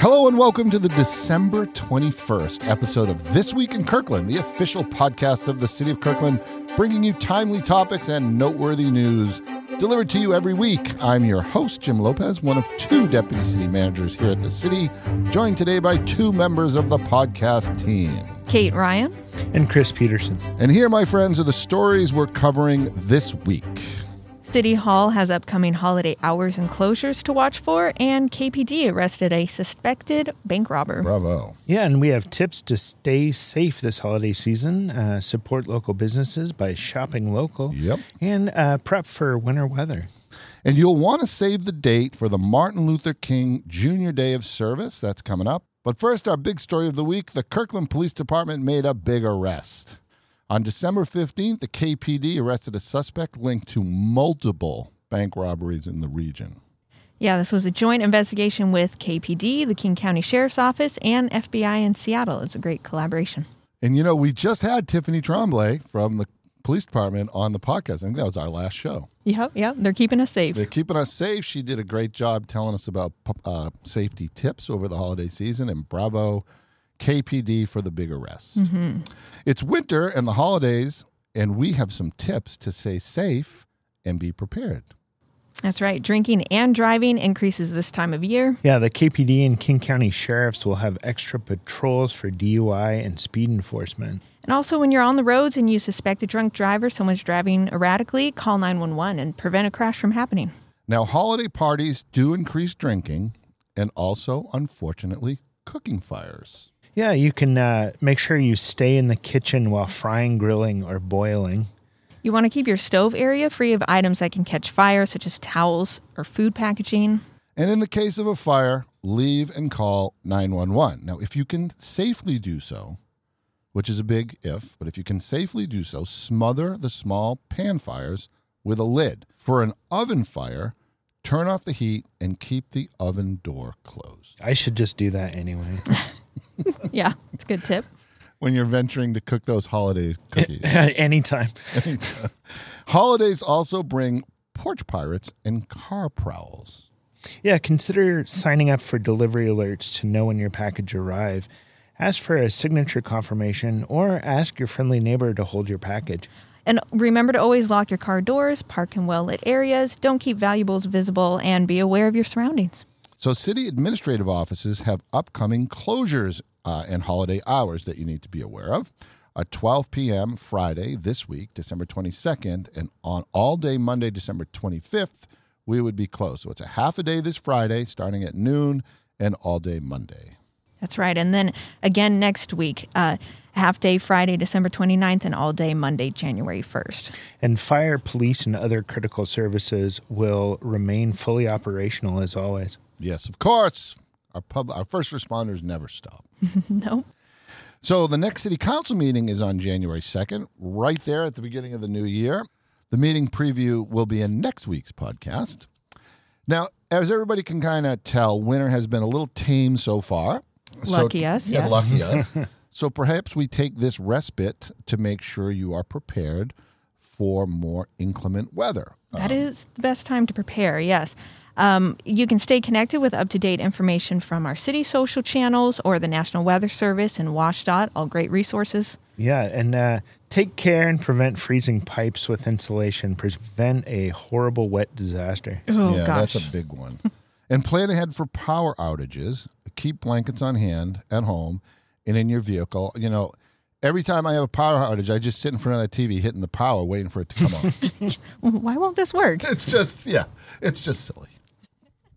Hello and welcome to the December 21st episode of This Week in Kirkland, the official podcast of the City of Kirkland, bringing you timely topics and noteworthy news delivered to you every week. I'm your host, Jim Lopez, one of two deputy city managers here at the city, joined today by two members of the podcast team. Kate Ryan. And Chris Peterson. And here, my friends, are the stories we're covering this week. City Hall has upcoming holiday hours and closures to watch for, and KPD arrested a suspected bank robber. Bravo. Yeah, and we have tips to stay safe this holiday season. Uh, support local businesses by shopping local. Yep. And uh, prep for winter weather. And you'll want to save the date for the Martin Luther King Jr. Day of Service. That's coming up. But first, our big story of the week the Kirkland Police Department made a big arrest. On December 15th, the KPD arrested a suspect linked to multiple bank robberies in the region. Yeah, this was a joint investigation with KPD, the King County Sheriff's Office, and FBI in Seattle. It's a great collaboration. And you know, we just had Tiffany Tremblay from the police department on the podcast. I think that was our last show. Yep, yep, they're keeping us safe. They're keeping us safe. She did a great job telling us about uh, safety tips over the holiday season, and bravo KPD for the big arrest. It's winter and the holidays, and we have some tips to stay safe and be prepared. That's right. Drinking and driving increases this time of year. Yeah, the KPD and King County Sheriffs will have extra patrols for DUI and speed enforcement. And also, when you're on the roads and you suspect a drunk driver, someone's driving erratically, call 911 and prevent a crash from happening. Now, holiday parties do increase drinking and also, unfortunately, cooking fires. Yeah, you can uh, make sure you stay in the kitchen while frying, grilling, or boiling. You want to keep your stove area free of items that can catch fire, such as towels or food packaging. And in the case of a fire, leave and call 911. Now, if you can safely do so, which is a big if, but if you can safely do so, smother the small pan fires with a lid. For an oven fire, turn off the heat and keep the oven door closed. I should just do that anyway. Yeah, it's a good tip. When you're venturing to cook those holiday cookies, Anytime. holidays also bring porch pirates and car prowls. Yeah, consider signing up for delivery alerts to know when your package arrive. Ask for a signature confirmation or ask your friendly neighbor to hold your package. And remember to always lock your car doors, park in well lit areas, don't keep valuables visible, and be aware of your surroundings. So, city administrative offices have upcoming closures uh, and holiday hours that you need to be aware of. At 12 p.m. Friday this week, December 22nd, and on all day Monday, December 25th, we would be closed. So, it's a half a day this Friday, starting at noon, and all day Monday. That's right. And then again next week, uh, half day Friday, December 29th, and all day Monday, January 1st. And fire, police, and other critical services will remain fully operational as always. Yes, of course, our, pub- our first responders never stop. No. So the next city council meeting is on January 2nd, right there at the beginning of the new year. The meeting preview will be in next week's podcast. Now, as everybody can kind of tell, winter has been a little tame so far. Lucky us, Yeah, yes. lucky us. So perhaps we take this respite to make sure you are prepared for more inclement weather. That is the best time to prepare, yes. Um, you can stay connected with up to date information from our city social channels or the National Weather Service and WashDOT, all great resources. Yeah, and uh, take care and prevent freezing pipes with insulation. Prevent a horrible wet disaster. Oh, yeah, gosh. that's a big one. and plan ahead for power outages. Keep blankets on hand at home and in your vehicle. You know, every time I have a power outage, I just sit in front of that TV hitting the power, waiting for it to come on. Why won't this work? it's just, yeah, it's just silly.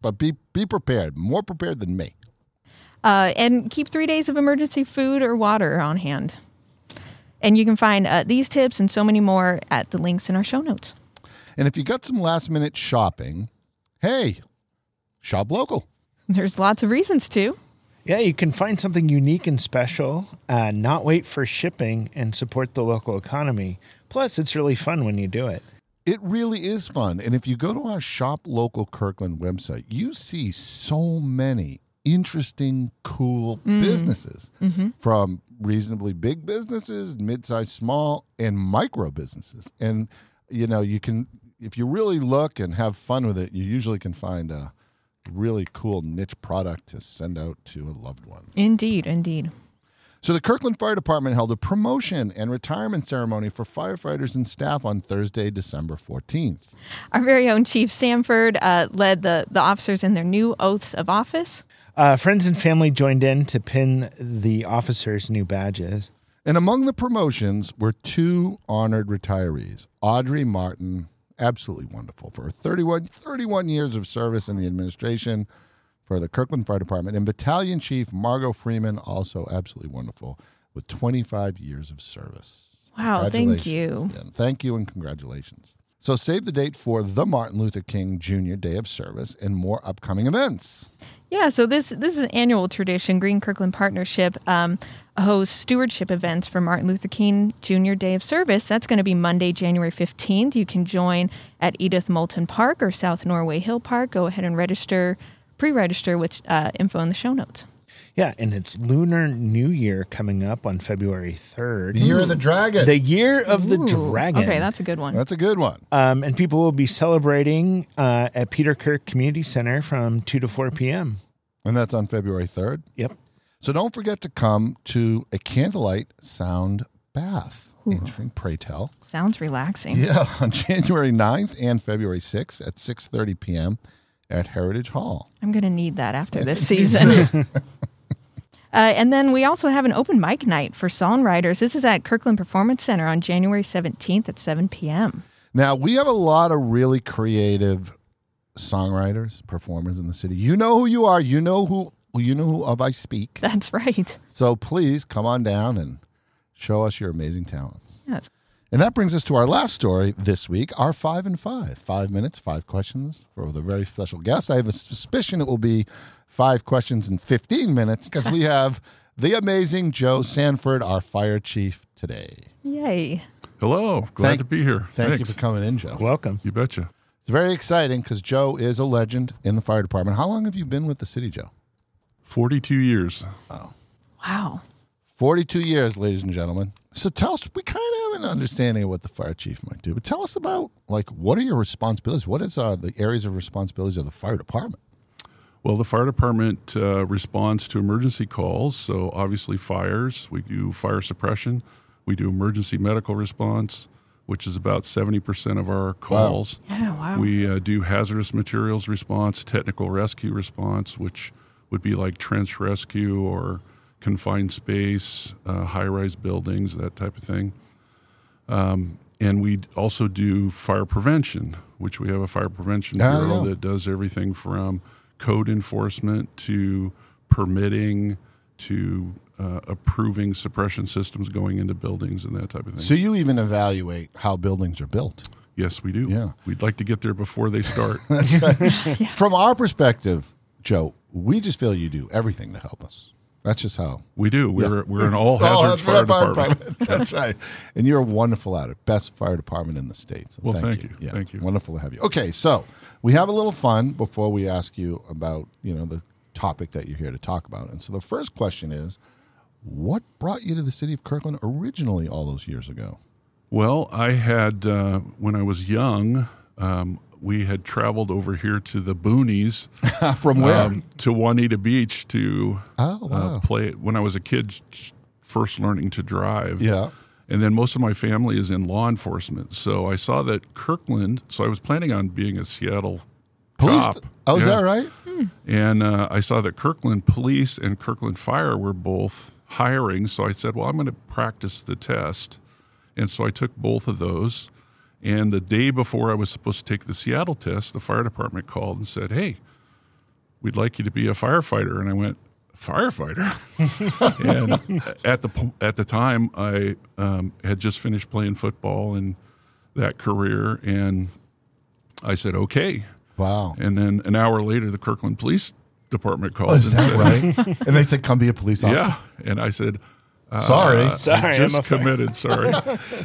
But be be prepared, more prepared than me. Uh, and keep three days of emergency food or water on hand. And you can find uh, these tips and so many more at the links in our show notes. And if you got some last minute shopping, hey, shop local. There's lots of reasons to. Yeah, you can find something unique and special, uh, not wait for shipping, and support the local economy. Plus, it's really fun when you do it. It really is fun. And if you go to our Shop Local Kirkland website, you see so many interesting, cool businesses from reasonably big businesses, mid sized, small, and micro businesses. And, you know, you can, if you really look and have fun with it, you usually can find uh, really cool niche product to send out to a loved one. Indeed, indeed. So the Kirkland Fire Department held a promotion and retirement ceremony for firefighters and staff on Thursday, December 14th. Our very own Chief Sanford uh, led the, the officers in their new oaths of office. Uh, friends and family joined in to pin the officers' new badges. And among the promotions were two honored retirees Audrey Martin, absolutely wonderful, for her 31, 31 years of service in the administration for the Kirkland Fire Department, and Battalion Chief Margot Freeman, also absolutely wonderful, with 25 years of service. Wow, thank you. Congratulations. Yeah, thank you and congratulations. So save the date for the Martin Luther King Jr. Day of Service and more upcoming events. Yeah, so this this is an annual tradition. Green Kirkland Partnership um, hosts stewardship events for Martin Luther King Jr. Day of Service. That's going to be Monday, January fifteenth. You can join at Edith Moulton Park or South Norway Hill Park. Go ahead and register, pre-register with uh, info in the show notes. Yeah, and it's Lunar New Year coming up on February 3rd. The Year of the Dragon. The Year of the Ooh, Dragon. Okay, that's a good one. That's a good one. um, and people will be celebrating uh, at Peter Kirk Community Center from 2 to 4 p.m. And that's on February 3rd. Yep. So don't forget to come to a candlelight sound bath entering Pray Tell. Sounds relaxing. Yeah, on January 9th and February 6th at 6.30 p.m. at Heritage Hall. I'm going to need that after this season. uh, and then we also have an open mic night for songwriters. This is at Kirkland Performance Center on January 17th at 7 p.m. Now, we have a lot of really creative songwriters, performers in the city. You know who you are. You know who you know who of I speak. That's right. So please come on down and show us your amazing talents. That's And that brings us to our last story this week our five and five. Five minutes, five questions for the very special guest. I have a suspicion it will be five questions in 15 minutes because we have the amazing Joe Sanford, our fire chief, today. yay. Hello, glad Thank- to be here. Thank Thanks. you for coming in, Joe. Welcome. You betcha. It's very exciting because Joe is a legend in the fire department. How long have you been with the city, Joe? 42 years. Wow. 42 years, ladies and gentlemen. So tell us, we kind of have an understanding of what the fire chief might do, but tell us about like what are your responsibilities? What is uh, the areas of responsibilities of the fire department? Well, the fire department uh, responds to emergency calls. So, obviously, fires. We do fire suppression. We do emergency medical response, which is about 70% of our calls. Yeah, wow. We uh, do hazardous materials response, technical rescue response, which would be like trench rescue or confined space, uh, high rise buildings, that type of thing. Um, and we also do fire prevention, which we have a fire prevention Ah, bureau yeah. that does everything from code enforcement to permitting to uh, approving suppression systems going into buildings and that type of thing. So you even evaluate how buildings are built. yes, we do. Yeah. We'd like to get there before they start. From our perspective, Joe, we just feel you do everything to help us. That's just how. We do. We're we're an all Oh, that's hazards fire right, department. department. That's right. And you're wonderful at it. Best fire department in the States. And Well, thank you. Yeah, Thank you. Wonderful to have you. Okay, so we have a little fun before we ask you about, you know, the topic that you're here to talk about. And so the first question is, what brought you to the city of Kirkland originally all those years ago? Well, I had uh, when I was young, um, we had traveled over here to the boonies From where? um, to Juanita Beach to Oh, wow. uh, play. When I was a kid, sh- first learning to drive. yeah. And then most of my family is in law enforcement, so I saw that Kirkland. So I was planning on being a Seattle Police. cop. Oh, is Yeah. that right? And uh, I saw that Kirkland Police and Kirkland Fire were both hiring. So I said, well, I'm going to practice the test. And so I took both of those. And the day before I was supposed to take the Seattle test, the fire department called and said, hey, we'd like you to be a firefighter. And I went, firefighter? and at the, po- at the time, I um, had just finished playing football and that career. And I said, okay. Wow. And then an hour later, the Kirkland Police Department called. Oh, Is and that said, right? and they said, come be a police officer. Yeah. And I said, uh, Sorry. I Sorry, just I'm a- committed. Sorry.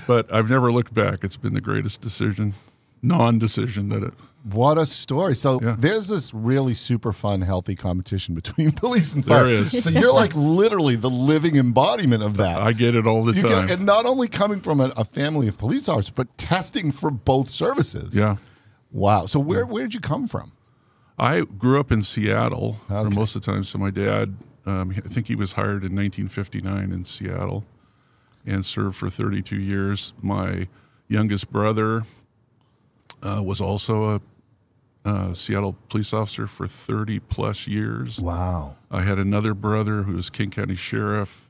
but I've never looked back. It's been the greatest decision, non decision that it. What a story. So Yeah. there's this really super fun, healthy competition between police and There fire. is. So you're like literally the living embodiment of that. I get it all the you time. get, and not only coming from a, a family of police officers, but testing for both services. yeah. Wow. So where where did you come from? I grew up in Seattle for most of the time. So my dad, um, I think he was hired in 1959 in Seattle and served for 32 years. My youngest brother uh, was also a uh, Seattle police officer for 30 plus years. Wow. I had another brother who was King County Sheriff.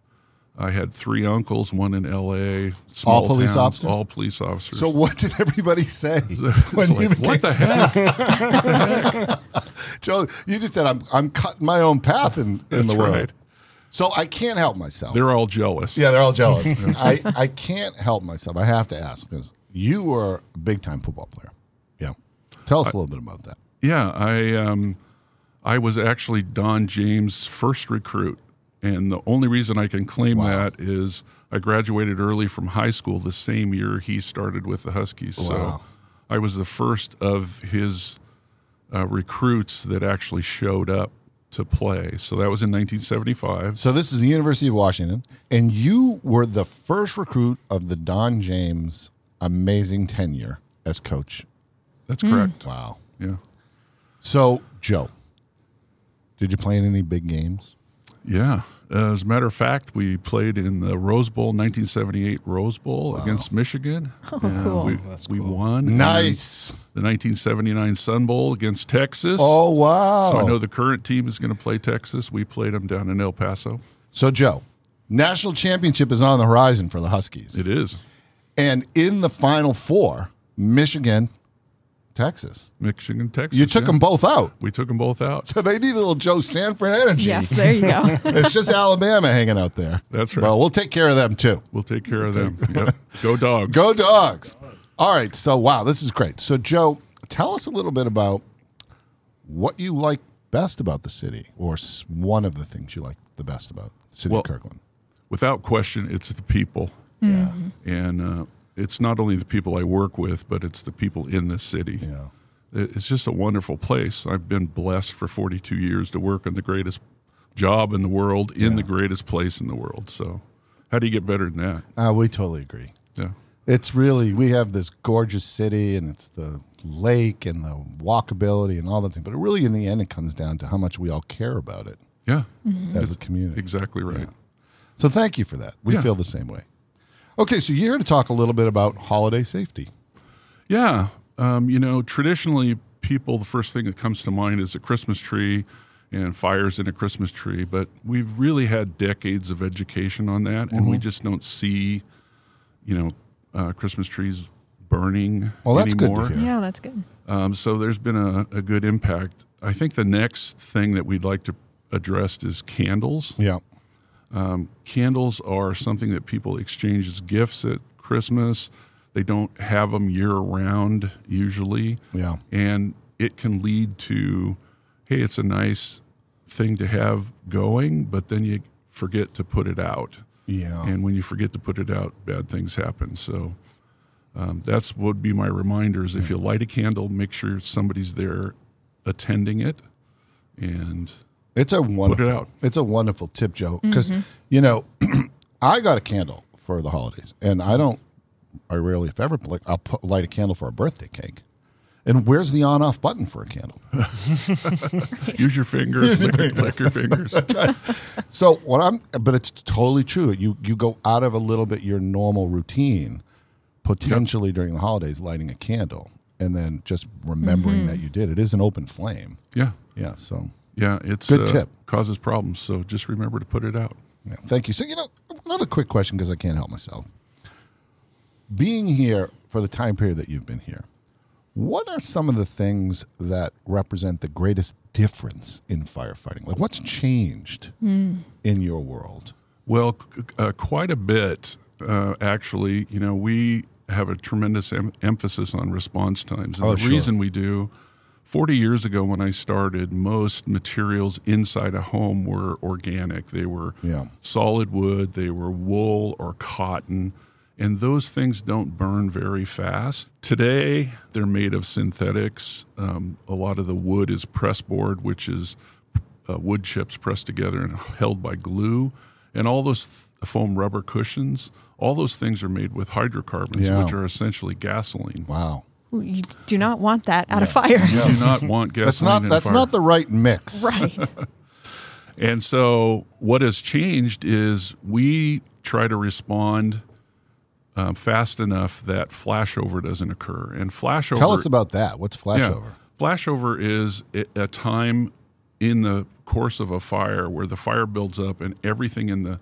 I had three uncles, one in L.A. Small police towns, officers? All police officers. So what did everybody say It's when you like, became what the heck? Joe? You just said I'm I'm cutting my own path in, in That's the world. right. So I can't help myself. They're all jealous. yeah, they're all jealous. I, I can't help myself. I have to ask because you were a big time football player. Yeah. Tell us a little bit about that. Yeah, I um, I was actually Don James' first recruit, and the only reason I can claim Wow. that is I graduated early from high school the same year he started with the Huskies. Wow. So I was the first of his uh, recruits that actually showed up to play. So that was in 1975. So this is the University of Washington, and you were the first recruit of the Don James amazing tenure as coach. That's correct. Wow. Yeah. So Joe, did you play in any big games? Yeah. As a matter of fact, we played in the Rose Bowl, 1978 Rose Bowl against Michigan. Oh, cool. We, we won. And Nice. the 1979 Sun Bowl against Texas. Oh wow. So I know the current team is going to play Texas. We played them down in El Paso. So, Joe, national championship is on the horizon for the Huskies. It is. And in the final four, Michigan, Texas. Michigan, Texas. You took yeah. them both out. We took them both out. So they need a little Joe Sanford energy. Yes, there you go. It's just Alabama hanging out there. That's right. Well, we'll take care of them too. We'll take care of them. Yep. Go dogs. Go dogs. All right. So, wow, this is great. So, Joe, tell us a little bit about what you like best about the city or s- one of the things you like the best about the city Well- of Kirkland. Without question, it's the people. Yeah. And uh, it's not only the people I work with, but it's the people in the city. Yeah. It- It's just a wonderful place. I've been blessed for 42 years to work in the greatest job in the world, in the greatest place in the world. So, how do you get better than that? Uh, we totally agree. Yeah. It's really we have this gorgeous city, and it's the lake and the walkability and all that thing. But it really, in the end, it comes down to how much we all care about it Yeah. Mm-hmm. as a community. Exactly right. So thank you for that. We Yeah. feel the same way. Okay, so you're here to talk a little bit about holiday safety. Yeah. Um, you know, traditionally, people, the first thing that comes to mind is a Christmas tree and fires in a Christmas tree, but we've really had decades of education on that, and Mm-hmm. we just don't see, you know, uh, Christmas trees burning Well, that's good to anymore. hear. yeah, that's good. Um, so there's been a, a good impact. I think the next thing that we'd like to address is candles. Yeah, Candles are something that people exchange as gifts at Christmas. They don't have them year round usually. yeah, And it can lead to, hey, it's a nice thing to have going, but then you forget to put it out. yeah. And when you forget to put it out, bad things happen. So um, that's would be my reminders. If you light a candle, make sure somebody's there attending it. And It's a wonderful. out. Mm-hmm. It's a wonderful tip, Joe. Because you know, I got a candle for the holidays, and I don't. I rarely, if ever, like I'll put, light a candle for a birthday cake. And where's the on-off button for a candle? use your fingers, lick, lick your fingers. So what I'm, but it's totally true. You you go out of a little bit your normal routine, potentially during the holidays, lighting a candle, and then just remembering that you did. It is an open flame. Yeah. Yeah. So Yeah. It's uh, Good tip. Causes problems. So just remember to put it out. yeah, thank you. So you know, another quick question because I can't help myself. Being here for the time period that you've been here, what are some of the things that represent the greatest difference in firefighting? Like, what's changed in your world? Well, c- uh, quite a bit, uh, actually. You know, we have a tremendous em- emphasis on response times. And Oh, the sure. reason we do, 40 years ago when I started, most materials inside a home were organic. They were Yeah. solid wood, they were wool or cotton, and those things don't burn very fast. Today, they're made of synthetics. Um, a lot of the wood is pressboard, which is uh, wood chips pressed together and held by glue, and all those th- foam rubber cushions. All those things are made with hydrocarbons, Yeah. which are essentially gasoline. Wow. you do not want that out of fire. You do not want gasoline That's not in that's fire. not the right mix. Right. And so, what has changed is we try to respond um, fast enough that flashover doesn't occur. And flashover, Tell us about that. What's flashover? Yeah, flashover is i- a time in the course of a fire where the fire builds up and everything in the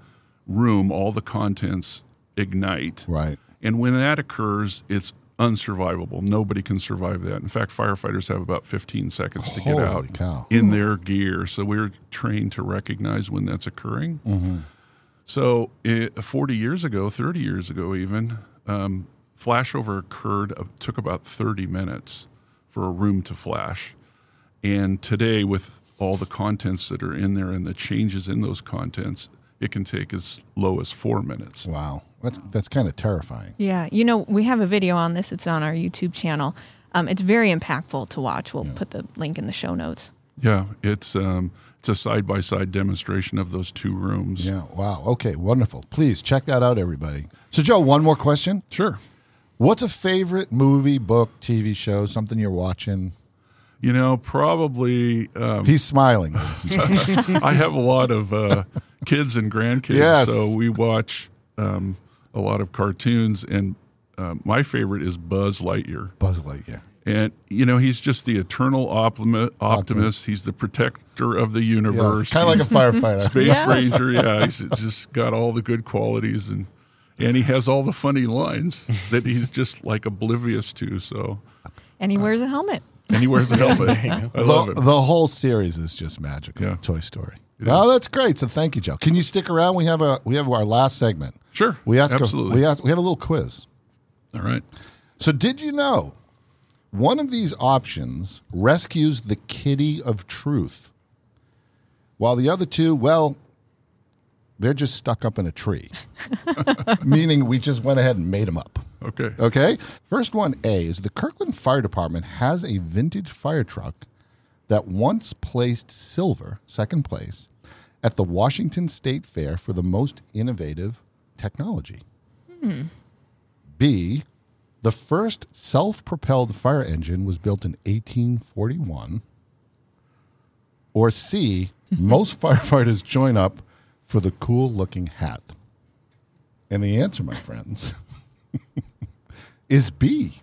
room, all the contents ignite. Right. And when that occurs, it's unsurvivable. Nobody can survive that. In fact, firefighters have about 15 seconds to get Holy out cow. in their gear. So we're trained to recognize when that's occurring. Mm-hmm. So it, 40 years ago, 30 years ago, even, um, flashover occurred, uh, took about 30 minutes for a room to flash. And today, with all the contents that are in there and the changes in those contents, it can take as low as four minutes. Wow. That's that's kind of terrifying. Yeah, you know, we have a video on this. It's on our YouTube channel. Um, it's very impactful to watch. We'll put the link in the show notes. Yeah, it's um, it's a side by side demonstration of those two rooms. Yeah. Wow. Okay. Wonderful. Please check that out, everybody. So, Joe, one more question. Sure. What's a favorite movie, book, TV show, something you're watching? You know, probably um, He's smiling. ladies and gentlemen. I have a lot of uh, kids and grandkids, Yes. so we watch um, a lot of cartoons. And uh, my favorite is Buzz Lightyear. Buzz Lightyear. And you know, he's just the eternal optimi- optimist. He's the protector of the Yeah, universe. it's kind of like a firefighter. Space Yes. Ranger, yeah, he's just got all the good qualities and and he has all the funny lines that he's just like oblivious to. So And he wears a helmet. and he wears a helmet. I love The, it. the whole series is just magical. Yeah. Toy Story. It Oh, that's great. So thank you, Joe. Can you stick around? We have a we have our last segment. Sure, We ask a- absolutely. we ask we have a little quiz. All right. So did you know one of these options rescues the kitty of truth, while the other two, well, they're just stuck up in a tree, meaning we just went ahead and made them up. Okay. Okay. First one A is the Kirkland Fire Department has a vintage fire truck that once placed silver, second place, at the Washington State Fair for the most innovative technology. B, the first self propelled fire engine was built in 1841. Or C, most firefighters join up for the cool looking hat. And the answer, my friends, is B.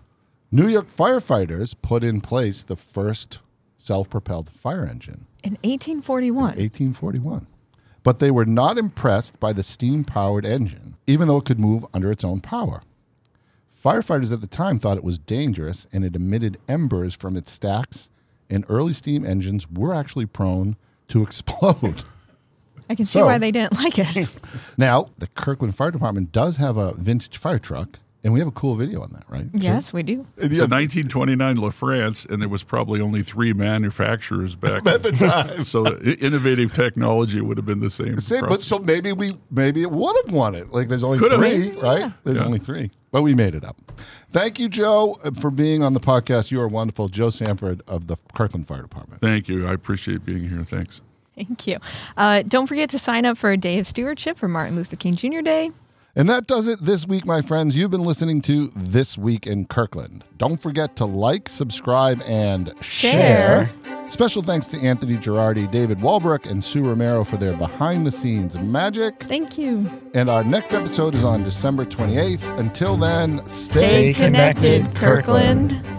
New York firefighters put in place the first self propelled fire engine. In 1841. 1841. But they were not impressed by the steam powered engine, even though it could move under its own power. Firefighters at the time thought it was dangerous and it emitted embers from its stacks, and early steam engines were actually prone to explode. I can see So- why they didn't like it. now, the Kirkland Fire Department does have a vintage fire truck, and we have a cool video on that, right? yes, we do. It's a 1929 La France, and there was probably only three manufacturers back at the time. So i- innovative technology would have been the same. Same, but process. so maybe we maybe it would have won it. Like there's only Could have three, been. right? There's only three, but we made it up. Thank you, Joe, uh, for being on the podcast. You are wonderful, Joe Sanford of the Kirkland Fire Department. Thank you. I appreciate being here. Thanks. Thank you. Uh, don't forget to sign up for a day of stewardship for Martin Luther King Jr. Day. And that does it this week, my friends. You've been listening to This Week in Kirkland. Don't forget to like, subscribe, and share. Share. Special thanks to Anthony Girardi, David Walbrook, and Sue Romero for their behind the scenes magic. Thank you. And our next episode is on December 28th. Until then, Stay connected, Kirkland. Kirkland.